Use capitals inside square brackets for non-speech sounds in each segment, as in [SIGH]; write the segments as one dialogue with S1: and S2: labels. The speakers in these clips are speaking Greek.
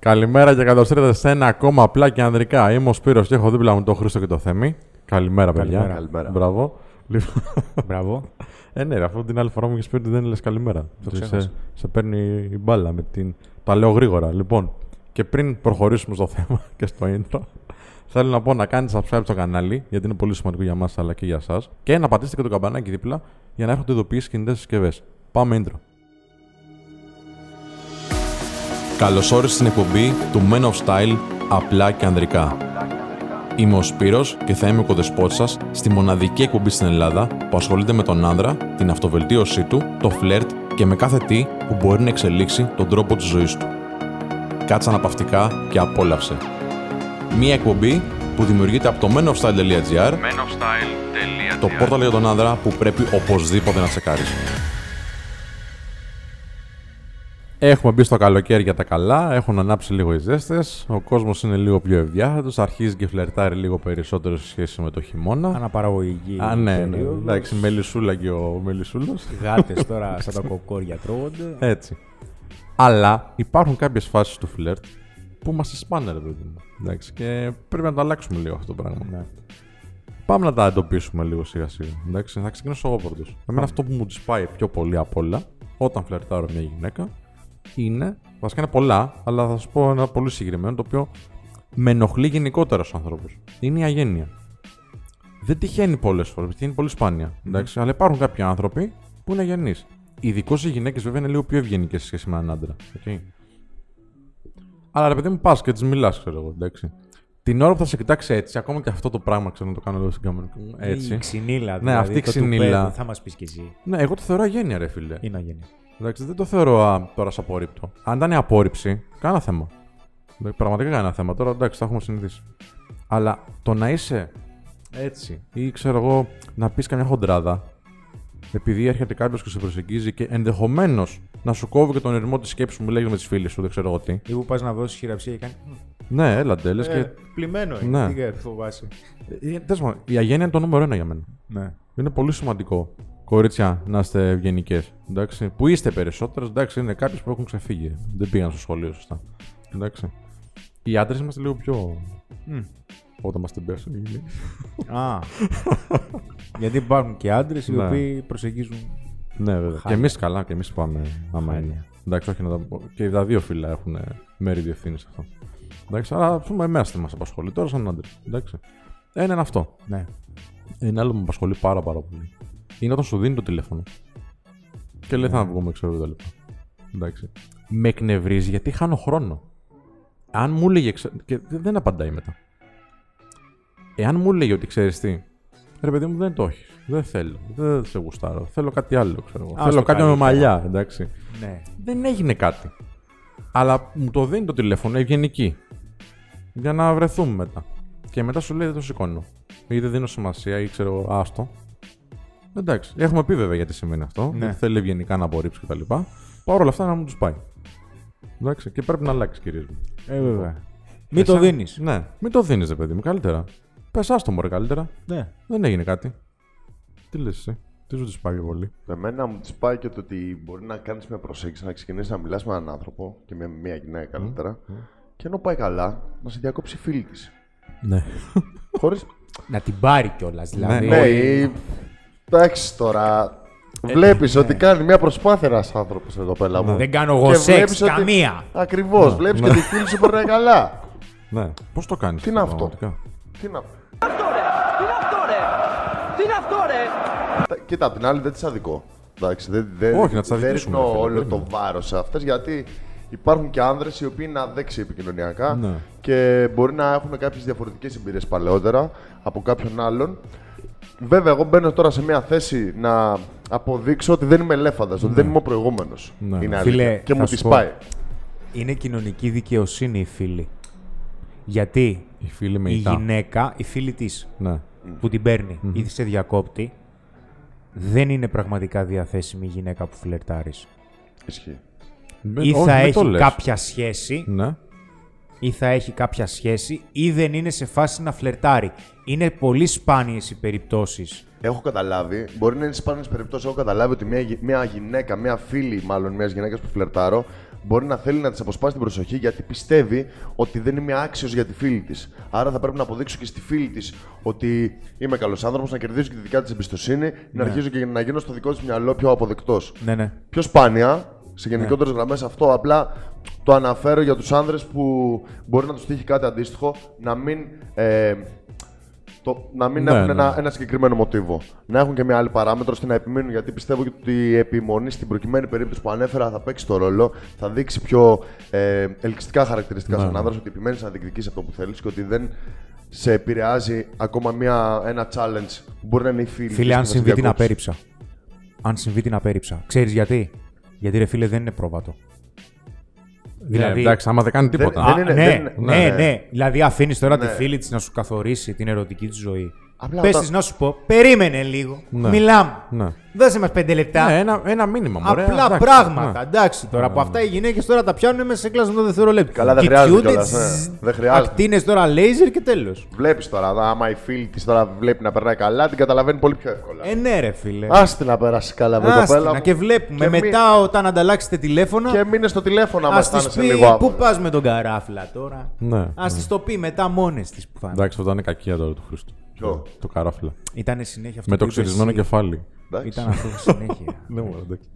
S1: Καλημέρα και καλώς ήρθατε σε ένα ακόμα απλά και ανδρικά. Είμαι ο Σπύρος και έχω δίπλα μου τον Χρήστο και τον Θέμη. Καλημέρα, παιδιά.
S2: Καλημέρα. Καλημέρα.
S1: Μπράβο. Λοιπόν,
S2: Μπράβο.
S1: [LAUGHS] ε, ναι, ρε, αφού την άλλη φορά μου είχες πει ότι δεν λες καλημέρα.
S2: Το
S1: Ότι σε,
S2: ξέχασα.
S1: σε παίρνει η μπάλα με την. Τα λέω γρήγορα. Λοιπόν, και πριν προχωρήσουμε στο θέμα [LAUGHS] και στο intro, θέλω να πω να κάνετε subscribe στο κανάλι, γιατί είναι πολύ σημαντικό για εμά αλλά και για εσά. Και να πατήσετε και το καμπανάκι δίπλα για να έρχονται ειδοποιήσεις κινητές συσκευές. Πάμε intro. Καλώς όρισε στην εκπομπή του Men of Style απλά και ανδρικά. Είμαι ο Σπύρος και θα είμαι ο κοδεσπότης σας στη μοναδική εκπομπή στην Ελλάδα που ασχολείται με τον άνδρα, την αυτοβελτίωσή του, το φλερτ και με κάθε τι που μπορεί να εξελίξει τον τρόπο της ζωής του. Κάτσε αναπαυτικά και απόλαυσε. Μία εκπομπή που δημιουργείται από το menofstyle.gr, το πόρταλ για τον άνδρα που πρέπει οπωσδήποτε να τσεκάρεις. Έχουμε μπει στο καλοκαίρι για τα καλά, έχουν ανάψει λίγο οι ζέστες. Ο κόσμος είναι λίγο πιο ευδιάθετος, αρχίζει και φλερτάρει λίγο περισσότερο σε σχέση με το χειμώνα.
S2: Αναπαραγωγική.
S1: Α, ναι, ναι. Εντάξει, μελισούλα και ο μελισούλο.
S2: Γάτες τώρα σαν τα κοκόρια τρώγονται.
S1: Έτσι. Αλλά υπάρχουν κάποιες φάσεις του φλερτ που μας εισπάνε, ρε παιδί μου. Εντάξει, και πρέπει να το αλλάξουμε λίγο αυτό το πράγμα.
S2: Ναι.
S1: Πάμε να τα εντοπίσουμε λίγο σιγά σιγά. Εντάξει, θα ξεκινήσω εγώ πρώτος. Εμένα αυτό που μου τη πάει πιο πολύ απ' όλα όταν φλερτάρω μια γυναίκα είναι. Βασικά είναι πολλά, αλλά θα σα πω ένα πολύ συγκεκριμένο το οποίο με ενοχλεί γενικότερα στους ανθρώπους. Είναι η αγένεια. Δεν τυχαίνει πολλές φορές, τυχαίνει πολύ σπάνια, εντάξει, αλλά υπάρχουν κάποιοι άνθρωποι που είναι αγενείς. Ειδικώς οι γυναίκες βέβαια είναι λίγο πιο ευγενικές σε σχέση με έναν άντρα. Okay. Αλλά ρε παιδί μου, πας και τη μιλάς, ξέρω εγώ, εντάξει. Την ώρα που θα σε κοιτάξει έτσι, ακόμα και αυτό το πράγμα ξέρω να το κάνω εδώ στην κάμερα. Ε, Έτσι.
S2: Η ξυνήλα. δηλαδή,
S1: Ναι, αυτή η
S2: το
S1: ξυνήλα.
S2: τουμπέδι, Θα μας πεις κι εσύ.
S1: Ναι, εγώ το θεωρώ αγένεια, ρε φίλε.
S2: Είναι αγενή.
S1: Εντάξει, δεν το θεωρώ α, τώρα σε απορρίπτω. Αν ήταν απόρριψη, κάνα θέμα. Δηλαδή, Πραγματικά κάνα θέμα. Τώρα εντάξει, τα έχουμε συνηθίσει. Αλλά το να είσαι έτσι ή ξέρω εγώ να πεις καμιά χοντράδα επειδή έρχεται κάποιος και σε προσεγγίζει και ενδεχομένως να σου κόβει και τον ερμό της σκέψης που μιλάει με τις φίλες σου, δεν ξέρω εγώ τι.
S2: Ή που πας να δώσεις χειραψία και κάνεις.
S1: Ναι, έλα τέλες.
S2: Ε, Πλημμένο
S1: Ναι.
S2: είναι. Τι κα- φοβάσαι.
S1: Και... Ε, τέλος πάντων, η αγένεια είναι το νούμερο ένα για μένα.
S2: Ναι.
S1: Είναι πολύ σημαντικό. Κορίτσια, να είστε ευγενικές. Που είστε περισσότερες, εντάξει, είναι κάποιες που έχουν ξεφύγει. Δεν πήγαν στο σχολείο, σωστά. Εντάξει. Οι άντρες είμαστε λίγο πιο.
S2: Μμ.
S1: Όταν μα την πέσουν. οι γυναίκες.
S2: [LAUGHS] Α. Γιατί υπάρχουν και άντρες οι
S1: Ναι.
S2: οποίοι προσεγγίζουν.
S1: ναι, βέβαια.
S2: Χάλια.
S1: Και εμείς καλά, και εμείς πάμε. Άμα
S2: Χάλια.
S1: είναι. Εντάξει, όχι να τα πω. Και τα δύο φύλλα έχουν μερίδιο ευθύνη σε αυτό. Εντάξει, αλλά ας πούμε, εμά δεν μας απασχολεί τώρα σαν άντρες. Εντάξει. Ένα είναι αυτό.
S2: Ναι.
S1: Ένα άλλο που με απασχολεί πάρα, πάρα πολύ. Είναι όταν σου δίνει το τηλέφωνο. Και λέει
S2: Ναι.
S1: θα βγούμε, ξέρω εγώ τα λοιπά. Εντάξει. Με εκνευρίζει γιατί χάνω χρόνο. Αν μου έλεγε. ξε- και δε- δεν απαντάει μετά. Εάν μου έλεγε ότι ξέρεις τι. Ρε παιδί μου, δεν το έχεις. Δεν θέλω. Δεν σε γουστάρω. Θέλω κάτι άλλο, ξέρω εγώ.
S2: Ας
S1: Θέλω
S2: το
S1: κάτι με
S2: καλύτερο.
S1: μαλλιά, εντάξει.
S2: ναι.
S1: Δεν έγινε κάτι. Αλλά μου το δίνει το τηλέφωνο ευγενική. Για να βρεθούμε μετά. Και μετά σου λέει δεν το σηκώνω. Ή δεν δίνω σημασία ή ξέρω εγώ, άστο. Εντάξει. Έχουμε πει βέβαια γιατί σημαίνει αυτό.
S2: Ναι.
S1: Γιατί θέλει ευγενικά να απορρίψει κτλ. Παρ' όλα αυτά να μου τους πάει. Εντάξει. Και πρέπει να αλλάξει κυρίω.
S2: Ε, βέβαια. Μην το δίνεις.
S1: Ναι. Μην το δίνεις, ρε παιδί μου, καλύτερα. Πες άστο μωρέ καλύτερα.
S2: Ναι.
S1: Δεν έγινε κάτι. Τι λες εσύ. Τι σου τη πάει πιο πολύ.
S3: Εμένα μου τη πάει και το ότι μπορεί να κάνεις μια προσέγγιση, να ξεκινήσεις να μιλάς με έναν άνθρωπο και με μια γυναίκα καλύτερα. Και ενώ πάει καλά, να σε διακόψει η φίλη τη.
S1: Ναι.
S3: Χωρίς.
S2: Να την πάρει κιόλας. Δηλαδή.
S3: ναι, ή- εντάξει τώρα. Βλέπει ότι κάνει μια προσπάθεια ένας άνθρωπος εδώ πέρα μου.
S2: Ε, Δεν κάνω εγώ σεξ. Καμία.
S3: Ακριβώς. Βλέπει και τη φίλη σου περνάει καλά.
S1: ναι. Πώς το κάνεις.
S3: Τι είναι αυτό? Τι να.
S4: Είναι αυτό ρε! Τι είναι αυτό ρε!
S3: Τα- Κοίτα, απ' την άλλη δεν τις αδικό. Εντάξει, δεν, δεν,
S1: Όχι, να τις
S3: δεν
S1: αδικήσουμε,
S3: ρίχνω
S1: ρε φίλε,
S3: όλο το
S1: περίμενε.
S3: βάρος σε αυτές γιατί υπάρχουν και άνδρες οι οποίοι είναι αδέξιοι επικοινωνιακά
S1: Ναι.
S3: και μπορεί να έχουν κάποιες διαφορετικές εμπειρίες παλαιότερα από κάποιον άλλον. Βέβαια, εγώ μπαίνω τώρα σε μια θέση να αποδείξω ότι δεν είμαι ελέφαντας, ότι δεν είμαι ο προηγούμενος.
S1: Ναι.
S3: Είναι
S2: Φίλε,
S3: αλήθεια. Και
S2: θα
S3: μου
S2: σου
S3: τη
S2: πω.
S3: πάει.
S2: Είναι κοινωνική δικαιοσύνη οι φίλοι. Γιατί
S1: Οι φίλοι με
S2: η
S1: ητά.
S2: γυναίκα, η φίλη της
S1: Ναι.
S2: που την παίρνει ή σε διακόπτη, δεν είναι πραγματικά διαθέσιμη η γυναίκα που φλερτάρεις.
S3: Ισχύει.
S1: Μην-
S2: Ή
S1: Ε, όχι,
S2: θα
S1: μην το
S2: έχει
S1: λες.
S2: κάποια σχέση,
S1: Ναι.
S2: ή θα έχει κάποια σχέση, ή δεν είναι σε φάση να φλερτάρει. Είναι πολύ σπάνιες οι περιπτώσεις.
S3: Έχω καταλάβει, μπορεί να είναι σπάνιες περιπτώσεις, έχω καταλάβει ότι μια, γυ- μια γυναίκα, μια φίλη μάλλον μιας γυναίκας που φλερτάρω, μπορεί να θέλει να της αποσπάσει την προσοχή γιατί πιστεύει ότι δεν είμαι άξιος για τη φίλη της. Άρα θα πρέπει να αποδείξω και στη φίλη της ότι είμαι καλός άνθρωπος, να κερδίζω και τη δικιά της εμπιστοσύνη, να αρχίζω και να γίνω στο δικό της μυαλό πιο αποδεκτός.
S2: Ναι, ναι.
S3: Πιο σπάνια, σε γενικότερες γραμμές αυτό. Απλά το αναφέρω για τους άνδρες που μπορεί να τους τύχει κάτι αντίστοιχο, να μην. Ε, το, να μην
S1: Ναι,
S3: έχουν
S1: ναι.
S3: Ένα, ένα συγκεκριμένο μοτίβο. Να έχουν και μια άλλη παράμετρο ώστε να επιμείνουν γιατί πιστεύω και ότι η επιμονή στην προκειμένη περίπτωση που ανέφερα θα παίξει το ρόλο, θα δείξει πιο ε, ελκυστικά χαρακτηριστικά
S1: Ναι,
S3: σαν
S1: ναι.
S3: άνδρα ότι επιμένεις να διεκδικήσει αυτό που θέλεις και ότι δεν σε επηρεάζει ακόμα μια, ένα challenge που μπορεί να είναι η φίλη. της
S2: Φίλε,
S3: που
S2: αν
S3: θα σε
S2: συμβεί την
S3: διακόψεις.
S2: απέρριψα. Αν συμβεί την απέρριψα. Ξέρεις γιατί. Γιατί ρε φίλε δεν είναι πρόβατο. Δηλαδή,
S1: Ναι, εντάξει, άμα δεν κάνει τίποτα.
S3: δεν
S2: Α,
S3: είναι-
S2: ναι,
S3: δεν είναι-
S2: ναι,
S3: ναι.
S2: ναι, Δηλαδή αφήνεις τώρα τη
S3: Ναι.
S2: φίλη της να σου καθορίσει την ερωτική της ζωή.
S3: Απλά
S2: Πες
S3: όταν-
S2: της να σου πω, περίμενε λίγο.
S1: Ναι.
S2: Μιλάμε.
S1: Ναι.
S2: Δώσε μας πέντε λεπτά.
S1: Ναι, ένα, ένα μήνυμα. μωρέ,
S2: Απλά
S1: εντάξει,
S2: πράγματα.
S1: ναι.
S2: Εντάξει τώρα που αυτά οι γυναίκες τώρα τα πιάνουν μέσα σε κλασμένο δευτερόλεπτο.
S3: Καλά, δεν χρειάζεται κιόλας, ναι. Δεν χρειάζεται.
S2: Ακτίνες τώρα λέιζερ και τέλος.
S3: Βλέπεις τώρα, δα, άμα η φίλη της τώρα βλέπει να περνάει καλά, την καταλαβαίνει πολύ πιο εύκολα.
S2: Ε, ναι, ρε φίλε.
S3: Άστε να περάσει καλά, βρε κοπέλα.
S2: Άστινα
S3: μου.
S2: και βλέπουμε
S3: Και μη-
S2: μετά όταν ανταλλάξετε τηλέφωνα.
S3: Και μείνε στο τηλέφωνο, άμα
S2: Ας της
S3: αισθάνεσαι
S2: πει
S3: λίγο
S2: πού
S3: άβολα.
S2: πας με τον καράφλα τώρα.
S1: Ναι,
S2: Ας της το πει μετά μόνες της που πάνε.
S1: Εντάξει, αυτό ήταν κακία τώρα του Χρήστου.
S3: Ποιο?
S1: Το καράφλα.
S2: Ήταν συνέχεια αυτό.
S1: Με το
S2: που είπες
S1: ξυρισμένο
S2: εσύ.
S1: κεφάλι.
S3: Εντάξει.
S2: Ήταν αυτό συνέχεια.
S1: Ναι, μωρέ, εντάξει.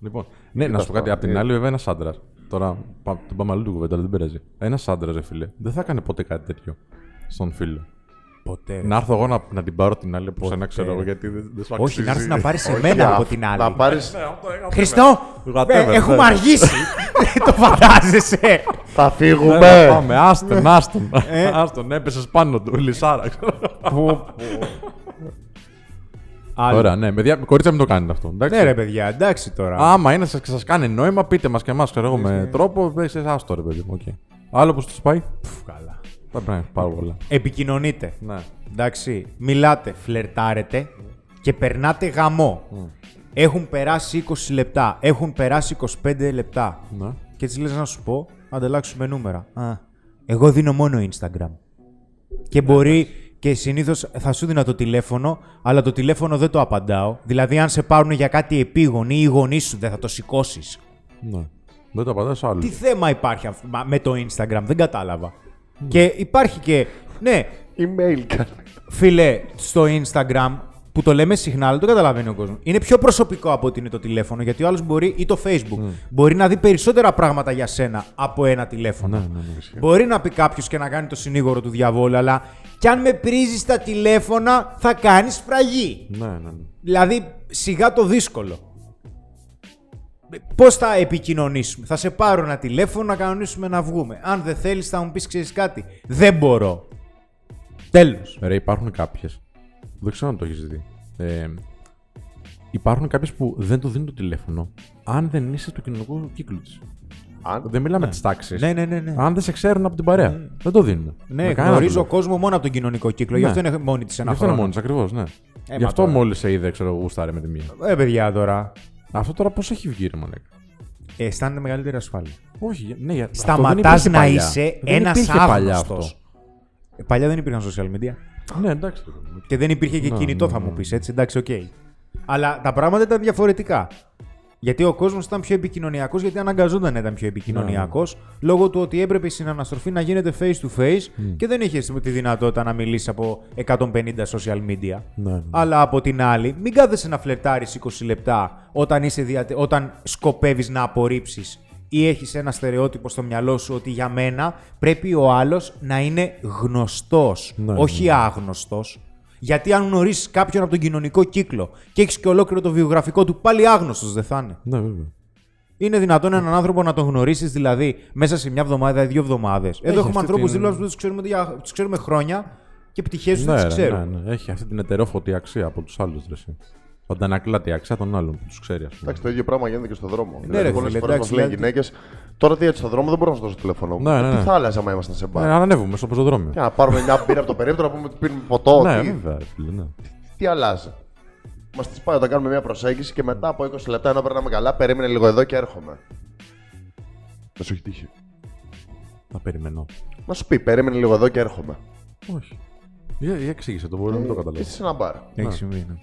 S1: Λοιπόν, ναι, να σου πω κάτι. Απ' την
S3: ε.
S1: άλλη, βέβαια, ένας άντρας. Τώρα πα- την πάμε αλλού την κουβέντα, αλλά δεν πειράζει. Ένας άντρας, ρε φίλε, δεν θα έκανε ποτέ κάτι τέτοιο στον φίλο.
S2: [LAUGHS] Ποτέ. ρε.
S1: Να έρθω εγώ να, να την πάρω την άλλη από σένα, ξέρω εγώ, γιατί δεν, δεν σου αξίζει. Ε,
S2: Όχι, να έρθεις να πάρεις
S3: Για
S2: εμένα από
S3: αυτό,
S2: την
S3: Να
S2: άλλη. Ναι,
S3: πάρει.
S2: Χριστό,
S1: Whatever,
S2: ε,
S1: ναι.
S2: έχουμε αργήσει. Δεν [LAUGHS] το φαντάζεσαι.
S3: Θα
S1: Ναι, να
S3: φύγουμε.
S1: πάμε,
S2: Ναι.
S1: άστον, άστον.
S2: Ε.
S1: Άστον, έπεσες πάνω του, λυσάρα. ξέρω.
S2: Άλλο.
S1: Ωραία, ναι, παιδιά, κορίτσια μην το κάνετε αυτό. εντάξει.
S2: Ναι, ρε παιδιά, εντάξει τώρα.
S1: Άμα είναι σας κάνει νόημα, πείτε μας και εμάς, ξέρω εγώ, με τρόπο. Δε εσείς, άστο, ρε παιδί μου. οκ. Άλλο πώς τους πάει.
S2: Πφ, καλά.
S1: Τα πράγματα πάρα πολλά.
S2: Επικοινωνείτε.
S1: Ναι.
S2: Εντάξει. Μιλάτε, φλερτάρετε και περνάτε γαμό. Έχουν περάσει 20 λεπτά, έχουν περάσει 25 λεπτά.
S1: Ναι.
S2: Και έτσι λες να σου πω, να ανταλλάξουμε νούμερα. Α, εγώ δίνω μόνο Instagram. Και μπορεί και συνήθως θα σου δίνα το τηλέφωνο, αλλά το τηλέφωνο δεν το απαντάω. Δηλαδή, αν σε πάρουν για κάτι επίγον ή οι γονείς σου δεν θα το σηκώσεις.
S1: ναι. Δεν τα πατά άλλο.
S2: Τι θέμα υπάρχει αυ- μα- με το Instagram, δεν κατάλαβα. Και υπάρχει και, ναι,
S3: Email κάνει.
S2: φίλε, στο Instagram που το λέμε συχνά, αλλά το καταλαβαίνει ο κόσμος. Είναι πιο προσωπικό από ότι είναι το τηλέφωνο, γιατί ο άλλος μπορεί ή το Facebook. Μπορεί να δει περισσότερα πράγματα για σένα από ένα τηλέφωνο. Μπορεί να πει κάποιος και να κάνει το συνήγορο του διαβόλου, αλλά κι αν με πρίζει τα τηλέφωνα, θα κάνεις φραγή.
S1: Ναι, ναι, ναι.
S2: Δηλαδή, σιγά το δύσκολο. Πώς θα επικοινωνήσουμε, Θα σε πάρω ένα τηλέφωνο να κανονίσουμε να βγούμε. Αν δεν θέλεις, θα μου πεις ξέρεις κάτι. Δεν μπορώ. Τέλος.
S1: Ρε, υπάρχουν κάποιες. Δεν ξέρω αν το έχεις δει. Ε, υπάρχουν κάποιες που δεν του δίνουν το τηλέφωνο αν δεν είσαι του κοινωνικού κύκλου της.
S3: Αν
S1: Δεν μιλάμε τις τις τάξεις.
S2: Ναι, ναι, ναι. ναι.
S1: Αν δεν σε ξέρουν από την παρέα, δεν το δίνουν.
S2: Ναι,
S1: Με κανέναν
S2: γνωρίζω
S1: λόγο.
S2: κόσμο μόνο από τον κοινωνικό κύκλο. Γι'
S1: Ναι.
S2: αυτό είναι μόνη της
S1: Γι'
S2: ένα
S1: αυτό είναι
S2: χρόνο.
S1: μόνος, ακριβώς, ναι.
S2: Ε,
S1: Γι'
S2: μα
S1: αυτό
S2: τώρα.
S1: μόλις σε είδε, ξέρω εγώ, γουστάρε με τη μία.
S2: Ε, παιδιά τώρα.
S1: Αυτό τώρα πώς έχει βγει, ρε Μαλέκα.
S2: Ε, αισθάνεται μεγαλύτερη ασφάλεια.
S1: Όχι, για- ναι, για... αυτό δεν
S2: Σταματάς
S1: υπήρχε
S2: να
S1: παλιά.
S2: είσαι
S1: Δεν
S2: ένας
S1: υπήρχε παλιά
S2: άγνωστο.
S1: αυτό.
S2: Ε, Παλιά δεν υπήρχαν social media.
S1: Ναι, εντάξει.
S2: Και δεν υπήρχε και
S1: Ναι,
S2: κινητό,
S1: ναι,
S2: θα
S1: ναι.
S2: μου πεις έτσι. Εντάξει, οκ. Αλλά τα πράγματα ήταν διαφορετικά. Γιατί ο κόσμος ήταν πιο επικοινωνιακός, γιατί αναγκαζόταν να ήταν πιο επικοινωνιακός,
S1: Ναι,
S2: λόγω του ότι έπρεπε η συναναστροφή να γίνεται face to face και δεν είχες τη δυνατότητα να μιλήσεις από 150 social media.
S1: Ναι, ναι.
S2: Αλλά από την άλλη, μην κάθεσαι να φλερτάρεις 20 λεπτά όταν, είσαι διατε... όταν σκοπεύεις να απορρίψεις ή έχεις ένα στερεότυπο στο μυαλό σου ότι για μένα πρέπει ο άλλος να είναι γνωστός,
S1: Ναι,
S2: όχι
S1: ναι.
S2: άγνωστος. Γιατί αν γνωρίσεις κάποιον από τον κοινωνικό κύκλο και έχεις και ολόκληρο το βιογραφικό του, πάλι άγνωστος δεν θα είναι.
S1: Ναι, βέβαια.
S2: Είναι δυνατόν
S1: Ναι.
S2: έναν άνθρωπο να τον γνωρίσεις δηλαδή μέσα σε μια εβδομάδα ή δύο εβδομάδε. Εδώ έχουμε
S1: αυτή
S2: ανθρώπους
S1: την-
S2: δίπλα μας που τους ξέρουμε, για- τους ξέρουμε χρόνια και πτυχές τους
S1: Ναι,
S2: δεν
S1: ρε,
S2: τι ξέρουμε.
S1: ναι, ναι. Έχει αυτή την ετερόφωτη αξία από τους άλλους δρεσί. Αντανακλά τη αξία των άλλων που τους ξέρει, ας πούμε.
S3: Εντάξει, το ίδιο πράγμα γίνεται και στον δρόμο.
S2: ρε,
S3: Ναι, δηλαδή, πολλές
S2: φίλε,
S3: φορές μα
S2: εντάξει,
S3: λένε
S2: δηλαδή-
S3: γυναίκες. Τώρα τι έτσι στον δρόμο δεν μπορώ να σου δώσω το τηλέφωνο μου.
S1: Ναι, ναι, ναι.
S3: Τι θα άλλαζε άμα ήμασταν σε
S1: Ναι,
S3: μπαρ.
S1: ανέβουμε στο πεζοδρόμιο.
S3: Και να πάρουμε μια μπύρα από το περίπτωμα να πούμε ότι πίνουμε ποτό.
S1: Ναι,
S3: τι-
S1: βέβαια, ρε φίλε, ναι.
S3: Τι αλλάζει. Μας τη πάει όταν κάνουμε μια προσέγγιση και μετά από 20 λεπτά ενώ περνάμε καλά, περίμενε λίγο εδώ και έρχομαι. Να σου έχει τύχει.
S1: Να περιμένω.
S3: Να σου πει, περίμενε λίγο εδώ και έρχομαι.
S1: Όχι. Για, για εξήγησε το, Ναι, μπορεί να μην το
S3: Και
S1: καταλάβει.
S3: είσαι σε ένα μπαρ.
S2: Έχει συμβεί, ναι.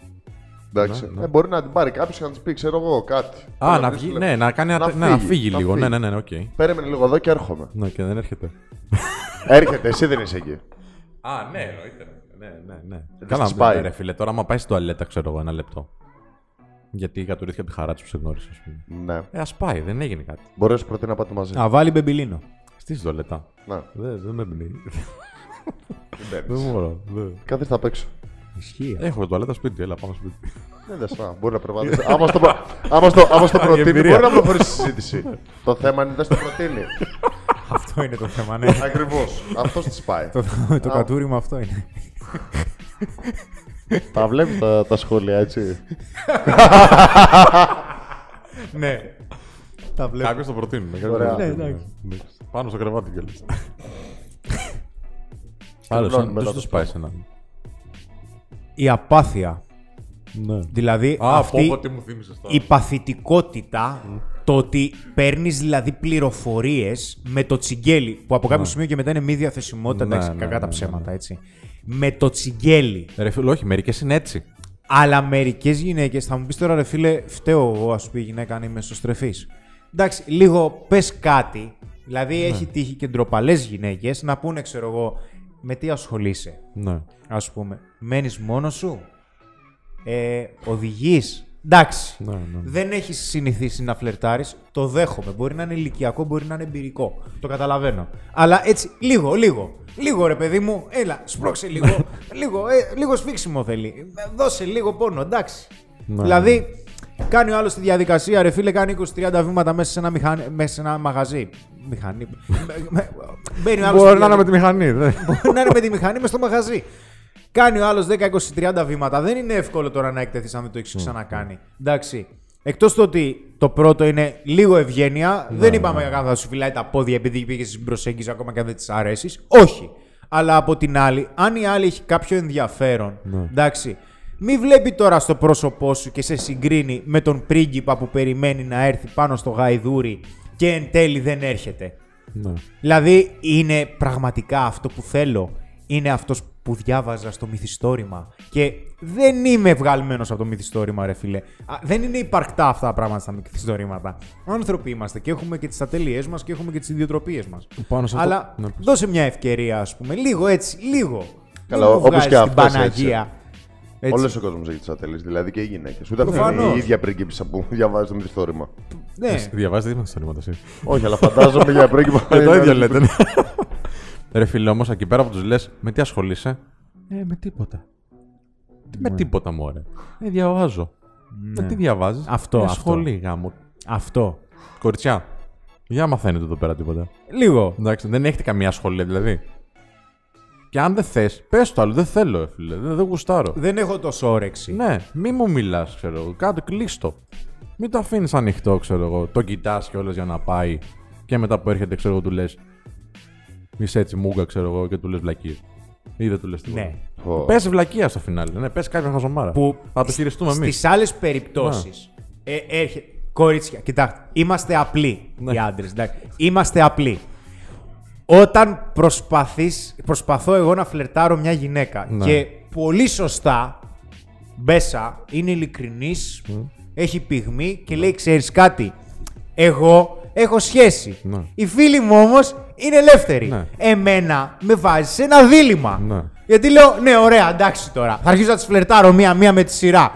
S3: Εντάξει. Ε, μπορεί να την πάρει κάποιος και να της πει, ξέρω εγώ, κάτι.
S1: Α,
S3: Τώρα
S1: να
S3: της
S1: βγει.
S3: λέω.
S1: Ναι, να κάνει. ένα- ναι, Να φύγει λίγο. Ναι, ναι, ναι, οκ.
S3: Πέραμε λίγο εδώ και έρχομαι.
S1: Ναι, και δεν έρχεται.
S3: Έρχεται, εσύ δεν είσαι εκεί.
S1: Α, ναι, εννοείται. Ναι, ναι, ναι.
S3: σας
S1: Καλά,
S3: πάει.
S1: πάει. Ρε, φίλε, τώρα άμα πάει στην τουαλέτα, ξέρω εγώ, ένα λεπτό. Γιατί κατουρίθηκε από τη χαρά της που σε γνώρισε, ας πούμε.
S3: Ναι.
S1: Ε, ας πάει, δεν έγινε κάτι.
S3: Μπορεί να σου προτείνω να πάτε μαζί. Ναι.
S2: Να βάλει μπεμπιλίνο.
S1: Στη τουαλέτα.
S3: Να,
S1: Δεν δεν με πνίγει.
S3: μην
S1: Δεν
S3: παίρνεις.
S1: μπορώ. δεν.
S3: Καθίστε απ' έξω. Ναι,
S2: Ισχύει.
S1: Έχω τουαλέτα σπίτι, έλα πάμε σπίτι.
S3: Δεν δες, να, μπορεί να
S1: [LAUGHS]
S3: προβάλλεις. άμα στο, προ- άμα στο, άμα στο προτείνει,
S1: εμπειρία.
S3: μπορεί να προχωρήσει συζήτηση. το θέμα είναι δεν στο
S1: [LAUGHS]
S3: προτείνει.
S2: Αυτό είναι το θέμα, ναι.
S3: Ακριβώς. Αυτός της πάει.
S2: το, το κατούριμα αυτό είναι.
S3: τα βλέπεις τα, τα σχόλια, έτσι.
S2: ναι. Τα βλέπω.
S1: Κάποιος το προτείνει. κάποιος
S3: Ωραία.
S1: το προτείνει,
S2: Ναι,
S1: ναι.
S2: εντάξει.
S1: Ναι. Πάνω στο κρεβάτι κιόλας. [LAUGHS] Άλλος,
S3: Στεγνώνει μετά
S1: δεν
S3: το
S1: τους πάει σε ένα.
S2: Η απάθεια.
S1: Ναι.
S2: Δηλαδή
S1: Α,
S2: αυτή
S1: πω, πω, τι μου θύμισες τώρα.
S2: η παθητικότητα, το ότι παίρνεις δηλαδή πληροφορίες με το τσιγκέλι, που από κάποιο σημείο και μετά είναι μη διαθεσιμότητα,
S1: Ναι,
S2: εντάξει,
S1: ναι,
S2: κακά
S1: ναι,
S2: τα
S1: ναι,
S2: ψέματα, έτσι. Με το τσιγκέλι.
S1: Ρε φίλε, όχι, μερικές είναι έτσι.
S2: Αλλά μερικές γυναίκες θα μου πεις τώρα, ρε φίλε, φταίω εγώ, ας πούμε, η γυναίκα αν είμαι σωστρεφής. Εντάξει, λίγο πες κάτι. Δηλαδή,
S1: Ναι.
S2: έχει τύχει και ντροπαλές γυναίκες να πούνε, ξέρω εγώ, με τι ασχολείσαι,
S1: Ναι.
S2: ας πούμε. Μένεις μόνος σου. Ε, Οδηγείς. Εντάξει.
S1: Ναι, ναι.
S2: Δεν έχεις συνηθίσει να φλερτάρεις. Το δέχομαι. Μπορεί να είναι ηλικιακό, μπορεί να είναι εμπειρικό. Το καταλαβαίνω. Αλλά έτσι, λίγο, λίγο. Λίγο ρε παιδί μου, έλα, σπρώξε
S1: [LAUGHS]
S2: λίγο. λίγο, ε, λίγο σφίξιμο θέλει. Ε, Δώσε λίγο πόνο, εντάξει.
S1: Ναι.
S2: δηλαδή, κάνει ο άλλος τη διαδικασία, ρε φίλε, κάνει 20-30 βήματα μέσα σε ένα, μηχαν... μέσα σε ένα μαγαζί.
S1: [LAUGHS]
S2: Μηχανή. Με- με- Μπαίνει ο άλλος στη
S1: Μπορεί να είναι
S2: διαδικασία-
S1: με τη μηχανή. δε.
S2: Μπορεί [LAUGHS] να είναι με τη μηχανή μες στο μαγαζί. Κάνει ο άλλος 10, 20, 30 βήματα. Δεν είναι εύκολο τώρα να εκτεθείς αν δεν το έχεις ξανακάνει. Εντάξει. Εκτός το ότι το πρώτο είναι λίγο ευγένεια, δεν είπαμε καν θα σου φυλάει τα πόδια επειδή πήγες στην προσέγγιση ακόμα και αν δεν της αρέσεις. Όχι. Αλλά από την άλλη, αν η άλλη έχει κάποιο ενδιαφέρον, εντάξει, μη βλέπει τώρα στο πρόσωπό σου και σε συγκρίνει με τον πρίγκιπα που περιμένει να έρθει πάνω στο γαϊδούρι και εν τέλει δεν έρχεται.
S1: [LAUGHS] Ναι.
S2: Δηλαδή είναι πραγματικά αυτό που θέλω. Είναι αυτός που διάβαζα στο μυθιστόρημα. Και δεν είμαι βγαλμένος από το μυθιστόρημα, ρε φίλε. Α, δεν είναι υπαρκτά αυτά τα πράγματα στα μυθιστορήματα. Άνθρωποι είμαστε και έχουμε και τις ατέλειές μας και έχουμε και τις ιδιοτροπίες μας.
S1: Πάνω σε αυτό-
S2: Αλλά
S1: ναι, πες.
S2: δώσε μια ευκαιρία, ας πούμε. Λίγο έτσι, λίγο.
S3: Καλά,
S2: Μην μου
S3: όπως
S2: βγάζεις
S3: και
S2: την
S3: αυτές,
S2: Παναγία. Έτσι.
S3: Όλος ο κόσμος έχει τις ατέλειε, δηλαδή και οι γυναίκες. Ούτε αυτή είναι
S2: Προφανώς.
S3: η ίδια πρίγκιψα που [LAUGHS] διαβάζει το μυθιστόρημα.
S2: Ναι.
S1: Διαβάζετε τι μα ανοίγματα εσύ.
S3: Όχι, αλλά φαντάζομαι για πρίγκιψα.
S2: Ε,
S1: Και το ίδιο λέτε. ναι. Ρε φίλε, όμως εκεί πέρα που τους λες, με τι ασχολείσαι. Ε, με τίποτα. Τι
S2: Ναι.
S1: Με τίποτα, μωρέ. Ε, διαβάζω. Ε, τι διαβάζεις.
S2: Αυτό,
S1: ε,
S2: αυτό.
S1: Σχολή, γάμο.
S2: Αυτό.
S1: Κοριτσιά, για μαθαίνετε εδώ πέρα τίποτα.
S2: Λίγο.
S1: Εντάξει, δεν έχετε καμία σχολή, δηλαδή. Και αν δεν θες, πες το άλλο. Δεν θέλω, ε, φίλε. Δεν, δεν γουστάρω.
S2: Δεν έχω τόσο όρεξη.
S1: Ναι, μη μου μιλάς, ξέρω εγώ. Κάτω, κλείστο. Μην το αφήνεις ανοιχτό, ξέρω εγώ. Το κοιτάς κιόλας για να πάει. Και μετά που έρχεται, ξέρω εγώ, του λες. Είσαι έτσι μούγκα, ξέρω εγώ, και του λες βλακίες. Ή δεν του λες τίποτα.
S2: Ναι.
S1: Πε βλακεία στο φινάλι. Ναι, πες κάποια χαζομάρα.
S2: που
S1: θα το χειριστούμε εμείς.
S2: Στις άλλες περιπτώσεις. Ε, έρχε- Κορίτσια, κοιτάξτε, είμαστε απλοί
S1: Ναι.
S2: οι άντρες. Είμαστε απλοί. Όταν προσπαθείς, προσπαθώ εγώ να φλερτάρω μια γυναίκα
S1: Ναι.
S2: και πολύ σωστά Μπέσα είναι ειλικρινής, έχει πυγμή και λέει ξέρεις κάτι, εγώ έχω σχέση.
S1: Ναι.
S2: Οι φίλοι μου όμως είναι ελεύθεροι.
S1: Ναι.
S2: Εμένα με βάζει σε ένα δίλημα.
S1: Ναι.
S2: Γιατί λέω, ναι, ωραία, εντάξει τώρα. Θα αρχίσω να τις φλερτάρω μία-μία με τη σειρά.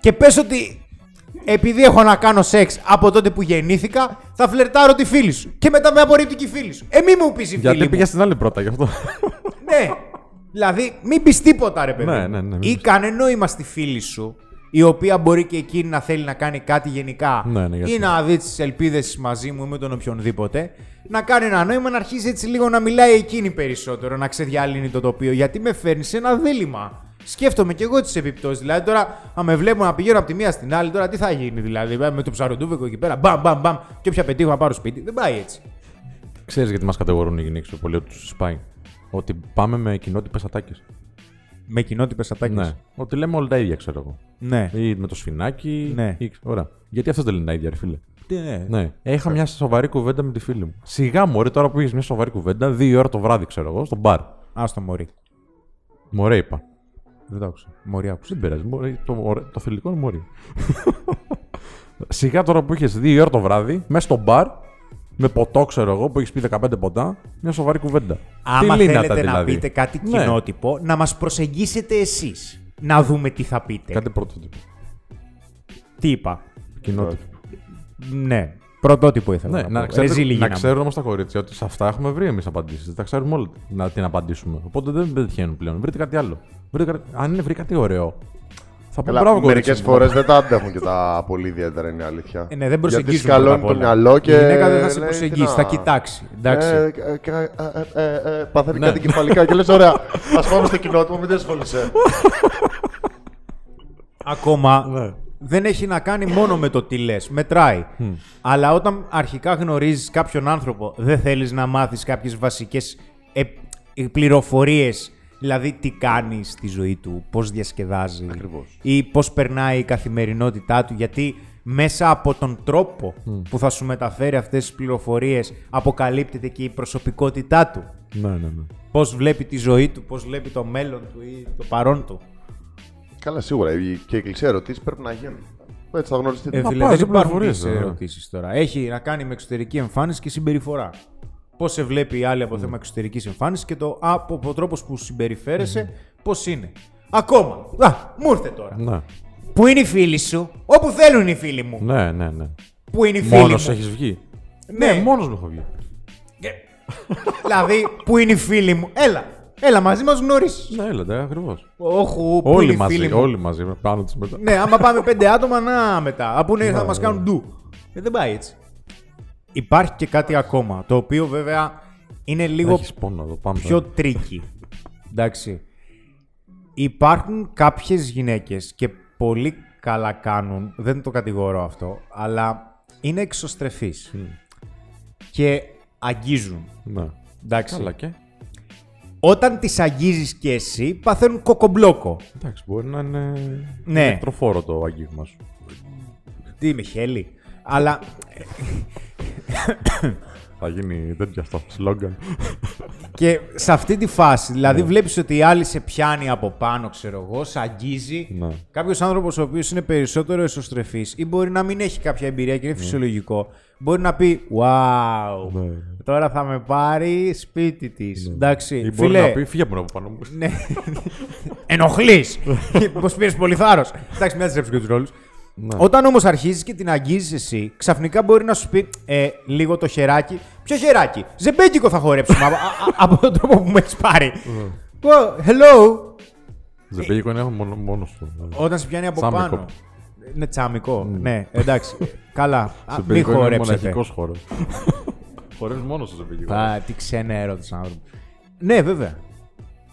S2: Και πες ότι επειδή έχω να κάνω σεξ από τότε που γεννήθηκα, θα φλερτάρω τη φίλη σου. Και μετά με απορρίπτει και η φίλη σου. Ε, μη μου πεις η φίλη
S1: Γιατί
S2: μου.
S1: πήγες στην άλλη πρώτα γι' αυτό. [LAUGHS]
S2: Ναι. Δηλαδή, μην πεις τίποτα, ρε παιδί.
S1: Ναι,
S2: μου.
S1: ναι, ναι, μην
S2: Ή
S1: πεις.
S2: κάνε νόημα στη φίλη σου, η οποία μπορεί και εκείνη να θέλει να κάνει κάτι γενικά.
S1: Ναι, ναι, γιατί.
S2: ή να δει τις ελπίδες μαζί μου ή με τον οποιονδήποτε. Να κάνει ένα νόημα να αρχίζει έτσι λίγο να μιλάει εκείνη περισσότερο, να ξεδιαλύνει το τοπίο. Γιατί με φέρνει σε ένα δίλημα. Σκέφτομαι και εγώ τις επιπτώσεις. Δηλαδή τώρα, αν με βλέπω να πηγαίνω από τη μία στην άλλη, τώρα τι θα γίνει δηλαδή. ε, Με το ψαροντούβεκο εκεί πέρα, μπαμ, μπαμ, μπαμ. Και όποια πετύχω να πάρω σπίτι. Δεν πάει έτσι.
S1: Ξέρεις γιατί μας κατηγορούν οι γυναίκες πολύ ότι τους σπάει. Ότι πάμε με κοινότυπες ατάκες.
S2: Με κοινότυπες ατάκες.
S1: Ναι. Ότι λέμε όλα τα ίδια, ξέρω εγώ.
S2: ναι.
S1: Ή με το σφινάκι.
S2: Ναι.
S1: Ή... Ωραία. Γιατί αυτός δεν λένε τα ίδια, ρε φίλε. Ναι. Είχα μια σοβαρή κουβέντα με τη φίλη μου. Σιγά μου, ρε, τώρα που είχες μια σοβαρή κουβέντα, δύο ώρα το βράδυ, ξέρω εγώ, στο μπαρ.
S2: Άστο μωρή.
S1: Μωρέ, είπα.
S2: Δεν το άκουσα. Μωρή άκουσα.
S1: Δεν πειράζει. Μωρή, το, ωραίο- το φιλικό είναι μωρή. [LAUGHS] Σιγά τώρα που είχες 2 ώρα το βράδυ, μέσα στο μπαρ, με ποτό, ξέρω εγώ, που έχεις πει 15 ποτά, μια σοβαρή κουβέντα.
S2: Άμα
S1: Τι λύνατα,
S2: θέλετε να
S1: δηλαδή.
S2: πείτε κάτι
S1: Ναι.
S2: κοινότυπο, να μας προσεγγίσετε εσείς. Να δούμε τι θα πείτε.
S1: Κάτι πρωτότυπο.
S2: Τι είπα.
S1: Κοινότυπο.
S2: Ναι. Πρωτότυπο ήθελα
S1: Ναι,
S2: να,
S1: να,
S2: πω.
S1: ξέρετε,
S2: Ρεζίλη
S1: να
S2: γίναμε.
S1: ξέρουν όμως τα κορίτσια ότι σε αυτά έχουμε βρει εμείς απαντήσεις. Δεν τα ξέρουμε όλα να την απαντήσουμε. Οπότε δεν πετυχαίνουν πλέον. Βρείτε κάτι άλλο. Βρείτε, κάτι- αν είναι βρει κάτι ωραίο. Θα πω μπράβο,
S3: Καλά, μερικέ
S1: κορίτσια μου.
S3: φορές δεν τα αντέχουν και τα πολύ ιδιαίτερα, είναι η αλήθεια.
S2: Ε, ναι, δεν
S3: Γιατί
S2: προσεγγίζουν πρώτα απ'
S3: σκαλώνει το
S2: όλα.
S3: μυαλό και.
S2: Η γυναίκα δεν θα σε
S3: λέει,
S2: προσεγγίσει,
S3: «Τι
S2: θα
S3: να».
S2: κοιτάξει, εντάξει. Ναι.
S3: Ε, ε, κα- ε, ε, ε, ε, Παθαίνει κάτι
S2: [LAUGHS]
S3: κεφαλικά και λες: Ωραία, ας πάμε στο κοινότυπο, μην ασχολείσαι.
S2: Ακόμα δεν έχει να κάνει μόνο με το τι λες. Μετράει. Αλλά όταν αρχικά γνωρίζεις κάποιον άνθρωπο, δεν θέλεις να μάθεις κάποιες βασικές ε, πληροφορίες. Δηλαδή, τι κάνεις στη ζωή του, πώς διασκεδάζει ή πώς περνάει η καθημερινότητά του. Γιατί μέσα από τον τρόπο που θα σου μεταφέρει αυτές τις πληροφορίες, αποκαλύπτεται και η προσωπικότητά του.
S1: Ναι, ναι, ναι.
S2: Πώς βλέπει τη ζωή του, πώς βλέπει το μέλλον του ή το παρόν του.
S3: Καλά, σίγουρα. οι- Και οι εκκλησία ερωτήσεις πρέπει να γίνουν. Έτσι θα γνωριστείτε.
S2: Ε,
S1: Να
S2: δηλαδή
S1: πας,
S2: δεν
S1: δεν
S2: υπάρχουν
S1: πληροφορίες,
S2: τις
S1: ε, ναι.
S2: ερωτήσεις τώρα. Έχει να κάνει με εξωτερική εμφάνιση και συμπεριφορά. Πώς σε βλέπει η άλλη από θέμα εξωτερικής εμφάνισης και το από ο τρόπος που συμπεριφέρεσαι πώς είναι. Ακόμα. Α, μου ήρθε τώρα.
S1: Ναι,
S2: Πού είναι οι φίλοι σου, όπου θέλουν οι φίλοι μου.
S1: ναι, ναι. ναι.
S2: Πού είναι οι φίλοι
S1: Μόνος
S2: μου.
S1: έχεις βγει.
S2: Ναι.
S1: ναι μόνος μου έχω βγει.
S2: δηλαδή, πού είναι οι φίλοι μου. Έλα, έλα μαζί μας γνωρίσεις.
S1: Ναι, έλατε, ακριβώς.
S2: Όχου, πού είναι
S1: Όλοι
S2: οι φίλοι
S1: μαζί,
S2: μου.
S1: όλοι μαζί, με πάνω τους μετά.
S2: Ναι, άμα πάμε πέντε άτομα, να μετά. Από ναι, θα μας κάνουν ντου. Ε, δεν πάει έτσι. Υπάρχει και κάτι ακόμα, το οποίο βέβαια είναι λίγο
S1: Έχεις ναι. πόνο εδώ, πάμε.
S2: πιο τρίκι. Εντάξει. Υπάρχουν κάποιες γυναίκες και πολύ καλά κάνουν, δεν το κατηγορώ αυτό, αλλά είναι εξωστρεφείς και αγγίζουν.
S1: Ναι.
S2: Εντάξει.
S1: Καλά και.
S2: Όταν τις αγγίζεις και εσύ, παθαίνουν κοκομπλόκο.
S1: Εντάξει, μπορεί να είναι
S2: Ναι.
S1: ηλεκτροφόρο το αγγίγμα σου.
S2: Τι είμαι, χέλη. Αλλά
S1: Θα γίνει τέτοια στο σλόγγαν.
S2: Και σε αυτή τη φάση,
S1: Ναι.
S2: δηλαδή, βλέπεις βλέπεις ότι η άλλη σε πιάνει από πάνω, ξέρω εγώ, σε αγγίζει.
S1: Ναι.
S2: Κάποιος άνθρωπος ο οποίος είναι περισσότερο εσωστρεφής ή μπορεί να μην έχει κάποια εμπειρία και είναι φυσιολογικό, μπορεί να πει Wow,
S1: Ναι.
S2: τώρα θα με πάρει σπίτι της.
S1: Ή
S2: Εντάξει,
S1: μπορεί
S2: φίλε.
S1: να πει, φύγε από πάνω μου.
S2: Ναι. Ενοχλείς. [LAUGHS] Πώς πήρες πολύ θάρρος. Εντάξει, μην τρέψει και τους ρόλους.
S1: Ναι.
S2: Όταν όμως αρχίζεις και την αγγίζεις εσύ, ξαφνικά μπορεί να σου πει ε, λίγο το χεράκι. Ποιο χεράκι, Ζεμπέκικο θα χορέψουμε από, α- α- από τον τρόπο που με έχεις πάρει.
S1: Ναι.
S2: Wow, hello.
S1: Δεν πήγε κονέα μόνο μόνος του. δηλαδή.
S2: Όταν σε πιάνει από
S1: Τσάμικο.
S2: πάνω. Ναι, τσάμικο. Ναι, εντάξει.
S1: [LAUGHS]
S2: Καλά. Α,
S1: Σε
S2: Μην
S1: παιδικό είναι
S2: χορέψετε.
S1: μοναχικός χώρος. Χορεύεις μόνος σου σε παιδικό.
S2: Α, τι ξένα έρωτα άνθρωπο. Ναι, βέβαια.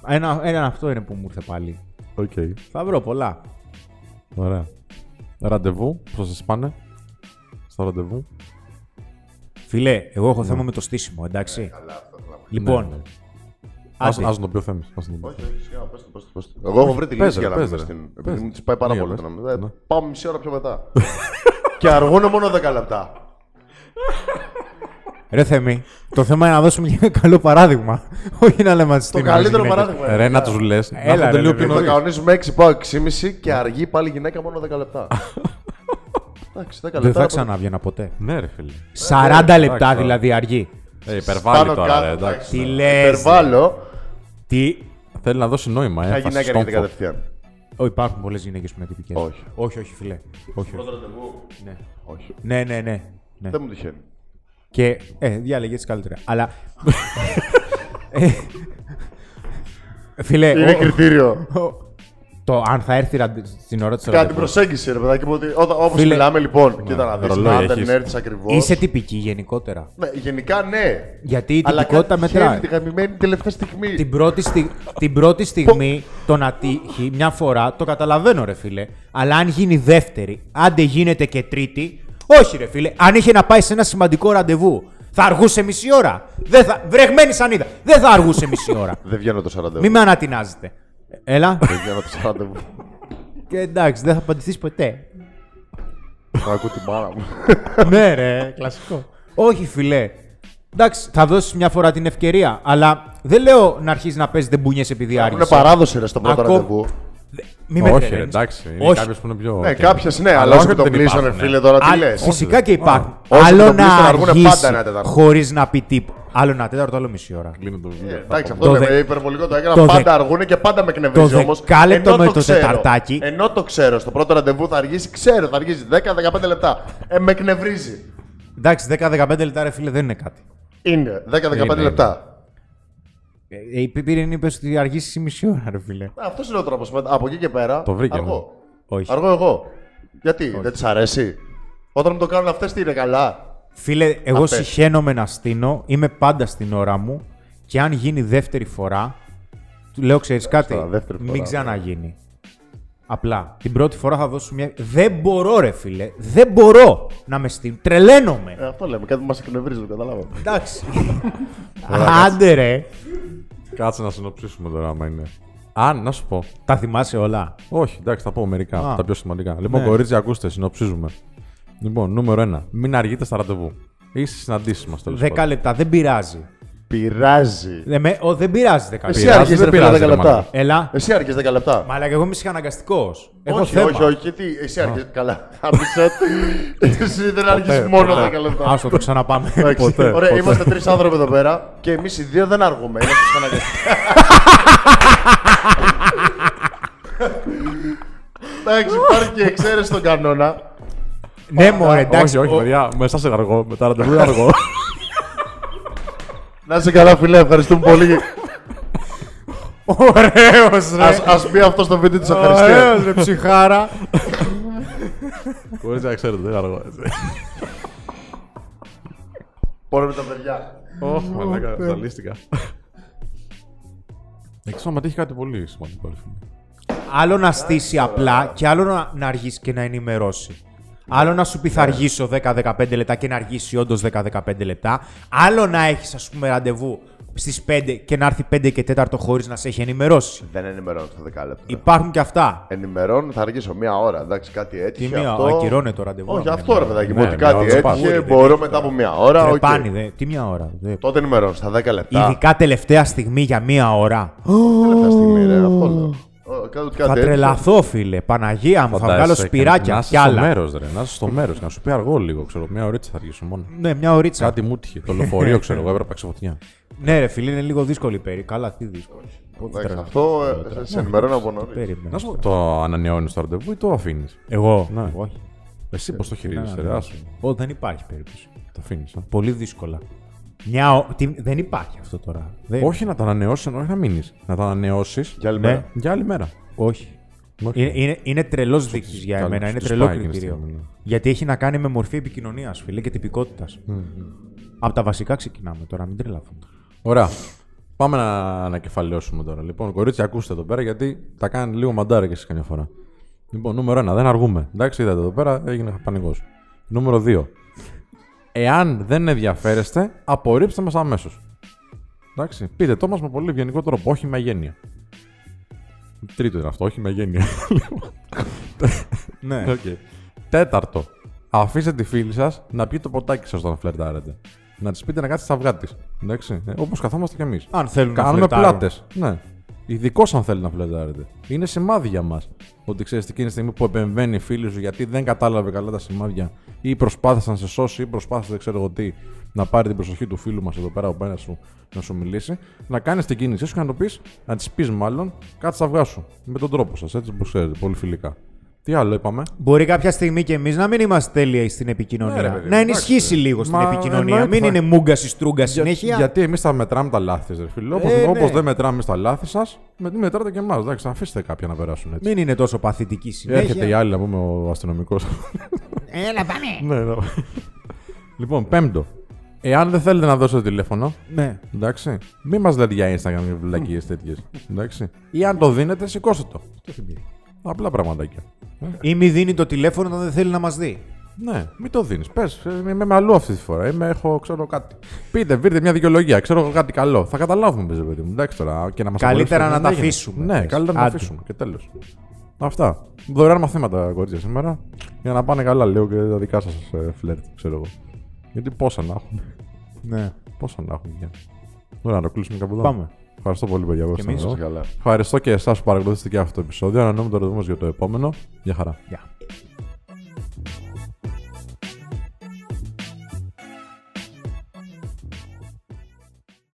S2: Ένα, ένα αυτό είναι που μου ήρθε πάλι.
S1: Οκ.
S2: Θα βρω πολλά.
S1: Ωραία. Ραντεβού, πώς σας πάνε. Στο ραντεβού.
S2: Φίλε, εγώ έχω θέμα με το στήσιμο, εντάξει. λοιπόν,
S1: Ναι, ναι. Ας,
S2: άντε.
S1: ας τον οποίο θέμεις. ας τον
S3: Όχι, όχι, σιγά, πες το, πες το, πες το. Εγώ έχω βρει τη
S1: Πες
S3: λύση
S1: ρε,
S3: για να
S1: πες
S3: μην
S1: ρε.
S3: μες την. Επειδή
S1: Πες.
S3: μου τη πάει πάρα
S1: Ναι,
S3: πολύ
S1: πες.
S3: το νόμο. Ε,
S1: Ναι.
S3: Πάω μισή ώρα πιο μετά. Και αργούν μόνο 10 λεπτά.
S2: ρε Θεμή, το θέμα είναι να δώσουμε και ένα καλό παράδειγμα. [LAUGHS] Όχι να λέμε
S3: Το
S2: στήνουμε τις
S3: καλύτερο
S2: γυναίκες.
S3: παράδειγμα.
S1: Ρε να τους λες, να
S2: Έλα,
S1: έρχονται
S2: ρε,
S1: λίγο
S2: ρε,
S1: πιο
S2: ρε.
S3: Θα
S1: νωρίς.
S3: κανονίζουμε 6, πάω 6,5 και αργεί πάλι η γυναίκα μόνο 10
S1: [LAUGHS]
S3: λεπτά. Εντάξει, 10 λεπτά.
S2: Δεν θα
S3: από-
S2: ξαναβγαίνα ποτέ.
S1: Ναι ρε φίλε.
S2: 40 λεπτά
S1: τώρα.
S2: δηλαδή αργεί.
S1: Ε, υπερβάλλει
S3: Πάνω
S1: τώρα
S3: κάτω,
S1: ρε,
S3: εντάξει.
S1: εντάξει.
S2: Τι
S3: Ναι.
S2: λες.
S3: Υπερβάλλω,
S2: Τι.
S1: Θέλει να δώσει νόημα, ε.
S3: μια
S1: έμφαση
S3: γυναίκα
S1: στον
S3: έρχεται
S1: φο.
S3: κατευθείαν.
S2: Ω, υπάρχουν πολλές γυναίκες που είναι τυπικές.
S3: Όχι.
S2: όχι, όχι, φιλέ. Όχι, όχι. Ναι.
S3: Όχι.
S2: ναι, ναι, ναι. ναι.
S3: Δεν μου τυχαίνει.
S2: Και. Ε, διάλεγες έτσι καλύτερα. Αλλά. [LAUGHS] Ε, Φιλέ,
S3: Είναι
S2: ο-
S3: κριτήριο.
S2: ο- το αν θα έρθει ραντε- στην ώρα της
S3: Κάτι προσέγγιση, ρε παιδάκι μου. ότι όταν- Όπως
S2: Φίλε.
S3: μιλάμε, λοιπόν, κοίτα να δεις,
S1: ρολόι
S3: αν δεν
S1: έχεις.
S3: έρθεις ακριβώς.
S2: Είσαι τυπική γενικότερα.
S3: Ναι, γενικά ναι.
S2: Γιατί η
S3: Αλλά
S2: τυπικότητα
S3: κάτι
S2: μετράει.
S3: χαίρεται Τη γαμημένη τελευταία στιγμή.
S2: Την πρώτη, στι... την πρώτη στιγμή το να τύχει μια φορά το καταλαβαίνω, ρε φίλε. Αλλά αν γίνει δεύτερη, άντε γίνεται και τρίτη. Όχι, ρε φίλε, αν είχε να πάει σε ένα σημαντικό ραντεβού, θα αργούσε μισή ώρα. Δεν θα... Βρεγμένη σανίδα. Δεν θα αργούσε μισή ώρα.
S3: Δεν βγαίνω το 40
S2: Μη με ανατινάζετε. Ε, Έλα.
S3: Δεν βγαίνω το 40 μου.
S2: και εντάξει, δεν θα απαντηθείς ποτέ.
S3: Θα ακούω τη μάνα μου.
S2: ναι, ρε, κλασικό. Όχι, φιλέ. Εντάξει, θα δώσεις μια φορά την ευκαιρία, αλλά δεν λέω να αρχίσεις να παίζει μπουνιέ επειδή άργησε.
S3: Είναι παράδοση ρε στο πρώτο
S2: Ακό-
S3: ραντεβού.
S2: Μη με
S1: Όχι, ρε,
S2: τρελαίνεις.
S1: εντάξει. Είναι
S2: Όχι.
S1: κάποιος που είναι πιο.
S3: Ναι,
S1: οκ.
S3: κάποιες ναι,
S1: Αλλά
S3: αλλά
S1: όχι
S3: όσο
S1: ότι
S3: το
S1: δεν
S3: πλήσανε,
S1: υπάρχουν,
S3: φίλε,
S1: ναι.
S3: τώρα τι
S2: Α,
S3: λες.
S2: Φυσικά και
S1: Α,
S2: υπάρχουν.
S3: όσοι
S2: Άλλο
S3: το
S2: να
S3: πλήσουν, αργούνε πάντα
S2: αργήσει
S3: ένα τέταρτο.
S2: χωρίς να πει τίποτα. Άλλο ένα τέταρτο, άλλο μισή ώρα.
S1: Κλείνω το βιβλίο.
S3: Ε, Εντάξει,
S2: Το
S3: αυτό λέμε,
S2: δε-
S3: υπερβολικό το έκανα.
S2: το
S3: πάντα
S2: δε-
S3: αργούνε και πάντα με εκνευρίζει Ε,
S2: το
S3: όμως.
S2: δεκάλεπτο με το τεταρτάκι.
S3: Ε, Ενώ το ξέρω, στο πρώτο ραντεβού θα αργήσει, ξέρω, θα αργήσει 10-15 λεπτά. Ε, με εκνευρίζει.
S2: Εντάξει, 10-15 λεπτά, ρε φίλε, δεν είναι κάτι.
S3: Είναι 10-15
S1: Είναι,
S3: λεπτά.
S2: Ε, η Πύριν είπε ότι αργήσει μισή ώρα, ρε φίλε.
S3: Αυτός είναι ο τρόπος. Από εκεί και πέρα.
S1: Το βρήκε,
S3: Αργό.
S2: ναι. Όχι.
S3: Αργό εγώ. Γιατί, δεν της αρέσει. Όταν μου το κάνουν αυτές, τι είναι καλά.
S2: Φίλε, εγώ
S3: Απέστη.
S2: συχαίνομαι να στείνω, είμαι πάντα στην ώρα μου και αν γίνει δεύτερη φορά, του λέω, ξέρεις κάτι,
S3: φορά, δεύτερη φορά. ναι.
S2: μην ξαναγίνει. Απλά, την πρώτη φορά θα δώσω μια... Δεν μπορώ ρε φίλε, δεν μπορώ να με στείλω, τρελαίνομαι.
S3: Ε, αυτό λέμε, κάτι που μας εκνευρίζει, το καταλάβαμε.
S2: Εντάξει. Άντε ρε.
S1: Κάτσε να συνοψίσουμε τώρα, άμα είναι. Αν, να σου πω.
S2: Τα θυμάσαι όλα.
S1: Όχι, εντάξει, θα πω μερικά.
S2: Α.
S1: Τα πιο σημαντικά. Λοιπόν,
S2: Ναι.
S1: κορίτσια, ακούστε, συνοψίζουμε. Λοιπόν, νούμερο 1. Μην αργείτε στα ραντεβού. Ή στις συναντήσεις μας τέλος
S2: Δέκα λεπτά, δεν πειράζει.
S3: Πειράζει.
S2: Δεν, με... ο, δεν πειράζει δέκα
S3: Εσύ
S2: λεπτά.
S1: πειράζει,
S3: άργησε
S1: δεν πειράζει,
S3: 10
S1: ρε
S3: λεπτά.
S1: μαλάκα.
S2: Έλα.
S3: Εσύ άργησε 10 λεπτά.
S2: Μα αλλά και εγώ είμαι συχαναγκαστικός. Έχω
S3: όχι,
S2: θέμα.
S3: όχι, όχι, τι, εσύ άρχισε. Καλά. Άρχισε. Εσύ δεν άρχισες μόνο 10 λεπτά.
S2: Άστο, το ξαναπάμε.
S3: Εντάξει,
S1: ποτέ,
S3: Ωραία,
S1: ποτέ.
S3: είμαστε τρεις άνθρωποι εδώ πέρα και εμείς οι δύο δεν αργούμε. Είμαστε στον αναγκαστικό. Εντάξει, υπάρχει και εξαίρεση στον κανόνα.
S2: ναι, μωρέ,
S1: Όχι,
S2: εντάξει.
S1: όχι,
S2: ο-
S1: παιδιά, μέσα σε αργό. Με τα
S2: [LAUGHS]
S1: ραντεβού είναι αργό.
S3: Να είσαι καλά, φίλε, ευχαριστούμε πολύ.
S2: Ωραίος ρε.
S3: Ας, ας πει αυτό στο βίντεο της ευχαριστία.
S2: Ωραίος ρε ψυχάρα.
S1: Κορίτσια, ξέρετε, δεν είναι αργό. έτσι.
S3: Πόρε με τα παιδιά.
S1: Ωχ, μαλάκα, ζαλίστηκα. Ε, Εκτό αν έχει κάτι πολύ σημαντικό. ρε φίλε.
S2: άλλο να στήσει απλά και άλλο να, να αργήσει και να ενημερώσει. Άλλο να σου πει θα
S1: Ναι.
S2: αργήσω 10-15 λεπτά και να αργήσει όντως 10-15 λεπτά. Άλλο να έχεις, ας πούμε, ραντεβού στις 5 και να έρθει 5 και 4 χωρίς να σε έχει ενημερώσει.
S3: Δεν ενημερώνω στο δεκάλεπτο.
S2: Υπάρχουν και
S1: Ε,
S2: αυτά.
S3: Ενημερώνω, θα αργήσω μία ώρα. Εντάξει, κάτι έτυχε.
S2: μία,
S3: αυτό...
S2: ακυρώνει το ραντεβού,
S3: Όχι,
S2: να
S3: αυτό ρε παιδάκι μου,
S1: Ναι,
S3: ότι
S1: μία ώρα
S3: κάτι
S1: δεν πάει.
S3: έτυχε.
S1: Δεν
S3: Μπορώ μετά από μία ώρα. οκ.
S2: Τρεπάνι,
S1: δηλαδή.
S2: δε. Τι μια ώρα. Δε.
S3: Τότε ενημερώνω στα 10 λεπτά.
S2: Ειδικά τελευταία στιγμή για μία ώρα.
S3: Δεν λεπτά στιγμή, ρε, αυτό λέω. Ε, κάτω- κάτι
S2: θα
S3: έτυχε.
S2: τρελαθώ, φίλε. Παναγία μου, θα βγάλω
S1: Φαντάζεσαι,
S2: σπυράκια
S1: να
S2: κι
S1: είσαι στο
S2: άλλα.
S1: μέρος, ρε. Να είσαι στο μέρος. Να σου πει αργό λίγο, ξέρω. Μια ώρα θα αργήσω μόνο.
S2: Ναι, μια ωρίτσα.
S1: Κάτι μου τύχε. Το λεωφορείο, ξέρω εγώ, έπρεπε να ξεφωτιά.
S2: Ναι, ρε φίλε, είναι λίγο δύσκολη η περί. Καλά, τι δύσκολη.
S3: Εντάξει, Αυτό ε, σε ενημερώνω από νωρίς.
S2: Περίμενε.
S1: Να σου πω, το ανανεώνεις το ραντεβού ή το αφήνεις.
S2: Εγώ.
S1: Ναι.
S2: Όχι.
S1: Εσύ πώς το χειρίζεσαι, ρε.
S2: Ναι,
S1: Άσου.
S2: Ω, δεν υπάρχει περίπτωση.
S1: Το αφήνεις.
S2: Πολύ δύσκολα. Μια, ο- τι- δεν υπάρχει αυτό τώρα. Δεν...
S1: Όχι να τα ανανεώσει, όχι να μείνεις. Να τα ανανεώσεις
S3: Για άλλη
S2: Ναι.
S3: μέρα.
S1: για άλλη μέρα.
S2: Όχι.
S1: Όχι.
S2: Είναι, είναι, είναι τρελός δείκτης για
S1: κάνει,
S2: εμένα.
S1: τους
S2: Είναι τρελό
S1: πάει εκείνη τη
S2: κριτήριο.
S1: στιγμή, ναι.
S2: Γιατί έχει να κάνει με μορφή επικοινωνίας, φίλε, και τυπικότητας. Από τα βασικά ξεκινάμε τώρα, μην τρελαθούμε.
S1: Ωραία. Πάμε να ανακεφαλαιώσουμε τώρα. Λοιπόν, κορίτσια, ακούστε εδώ πέρα γιατί τα κάνει λίγο μαντάρα και εσεί καμιά φορά. Λοιπόν, νούμερο 1. Δεν αργούμε. Εντάξει, είδατε εδώ πέρα, έγινε πανικό. Νούμερο 2. Εάν δεν ενδιαφέρεστε, απορρίψτε μας αμέσως. Εντάξει. Πείτε το μα με πολύ ευγενικό τρόπο, όχι με αγένεια. Τρίτο είναι αυτό, όχι με αγένεια. [LAUGHS]
S2: Ναι.
S1: Οκ. Τέταρτο. Αφήστε τη φίλη σας να πιει το ποτάκι σας όταν φλερτάρετε. Να της πείτε να κάτσει στα αυγά της. Εντάξει. Όπως καθόμαστε κι εμείς.
S2: Αν θέλουν να
S1: Κάνουμε
S2: φλερτάρουν.
S1: πλάτες. Ναι. Ειδικώ αν θέλει να φλερτάρετε. Είναι σημάδι για μας. Ότι ξέρεις εκείνη τη στιγμή που επεμβαίνει η φίλη σου γιατί δεν κατάλαβε καλά τα σημάδια ή προσπάθησε να σε σώσει ή προσπάθησε δεν ξέρω εγώ τι να πάρει την προσοχή του φίλου μας εδώ πέρα απέναντι σου να σου μιλήσει. Να κάνεις την κίνησή σου και να το πεις, να της πεις μάλλον κάτι στα αυγά σου. Με τον τρόπο σας, έτσι που ξέρετε, πολύ φιλικά. Τι άλλο είπαμε.
S2: Μπορεί κάποια στιγμή και εμείς να μην είμαστε τέλειοι στην
S1: Ναι, ρε,
S2: επικοινωνία.
S1: παιδί μου,
S2: να ενισχύσει
S1: εντάξει.
S2: λίγο στην
S1: Μα
S2: επικοινωνία.
S1: εννοείται,
S2: Μην
S1: θα-
S2: είναι μούγκας ή στρούγκα συνέχεια.
S1: Γιατί εμείς θα μετράμε τα λάθη σα, φίλε. Όπως
S2: Ε, ναι.
S1: όπως δεν μετράμε εμείς τα λάθη σας, με τι μετράτε και εμάς. Εντάξει, αφήστε κάποια να περάσουν έτσι.
S2: Μην είναι τόσο παθητική συνέχεια.
S1: Έρχεται η άλλη να πούμε ο αστυνομικός.
S2: Έλα,
S1: [LAUGHS]
S2: πάμε.
S1: ναι, ναι. λοιπόν, πέμπτο. Εάν δεν θέλετε να δώσετε τηλέφωνο,
S2: Ναι.
S1: εντάξει, μην μας λέτε για Instagram ή βλακίες τέτοιες. Εντάξει. Ή αν το δίνετε, σηκώστε το. Απλά πραγματάκια. Ε,
S2: Ή μη δίνει το τηλέφωνο όταν δεν θέλει να μας δει.
S1: Ναι, μην το δίνεις. Πες, είμαι με αλλού αυτή τη φορά. Είμαι, έχω, ξέρω κάτι. Πείτε, βρείτε μια δικαιολογία. Ξέρω εγώ κάτι καλό. Θα καταλάβουμε, παιδί παιδί μου. Εντάξει τώρα. Και να μας
S2: Καλύτερα
S1: απολύσετε,
S2: να
S1: δεν
S2: τα
S1: έγινε.
S2: αφήσουμε,
S1: Ναι,
S2: πες.
S1: καλύτερα να τα
S2: Άντε.
S1: αφήσουμε. Και τέλος. Αυτά. Δωρεάν μαθήματα, κορίτσια, σήμερα. Για να πάνε καλά, λέω και τα δικά ε, σα φλερτ, ξέρω εγώ. Γιατί πόσα να έχουν.
S2: Ναι.
S1: Πόσα να έχουν πια. Ωραία, να το κλείσουμε κάπου εδώ.
S2: Πάμε.
S1: Ευχαριστώ πολύ, παιδιά. που ήσασταν
S2: εμείς.
S1: εδώ.
S3: Καλά.
S1: Ευχαριστώ και εσάς που παρακολουθήσατε και αυτό το επεισόδιο. Αναμένουμε το ραντεβού μας για το επόμενο. Γεια χαρά.
S2: Γεια.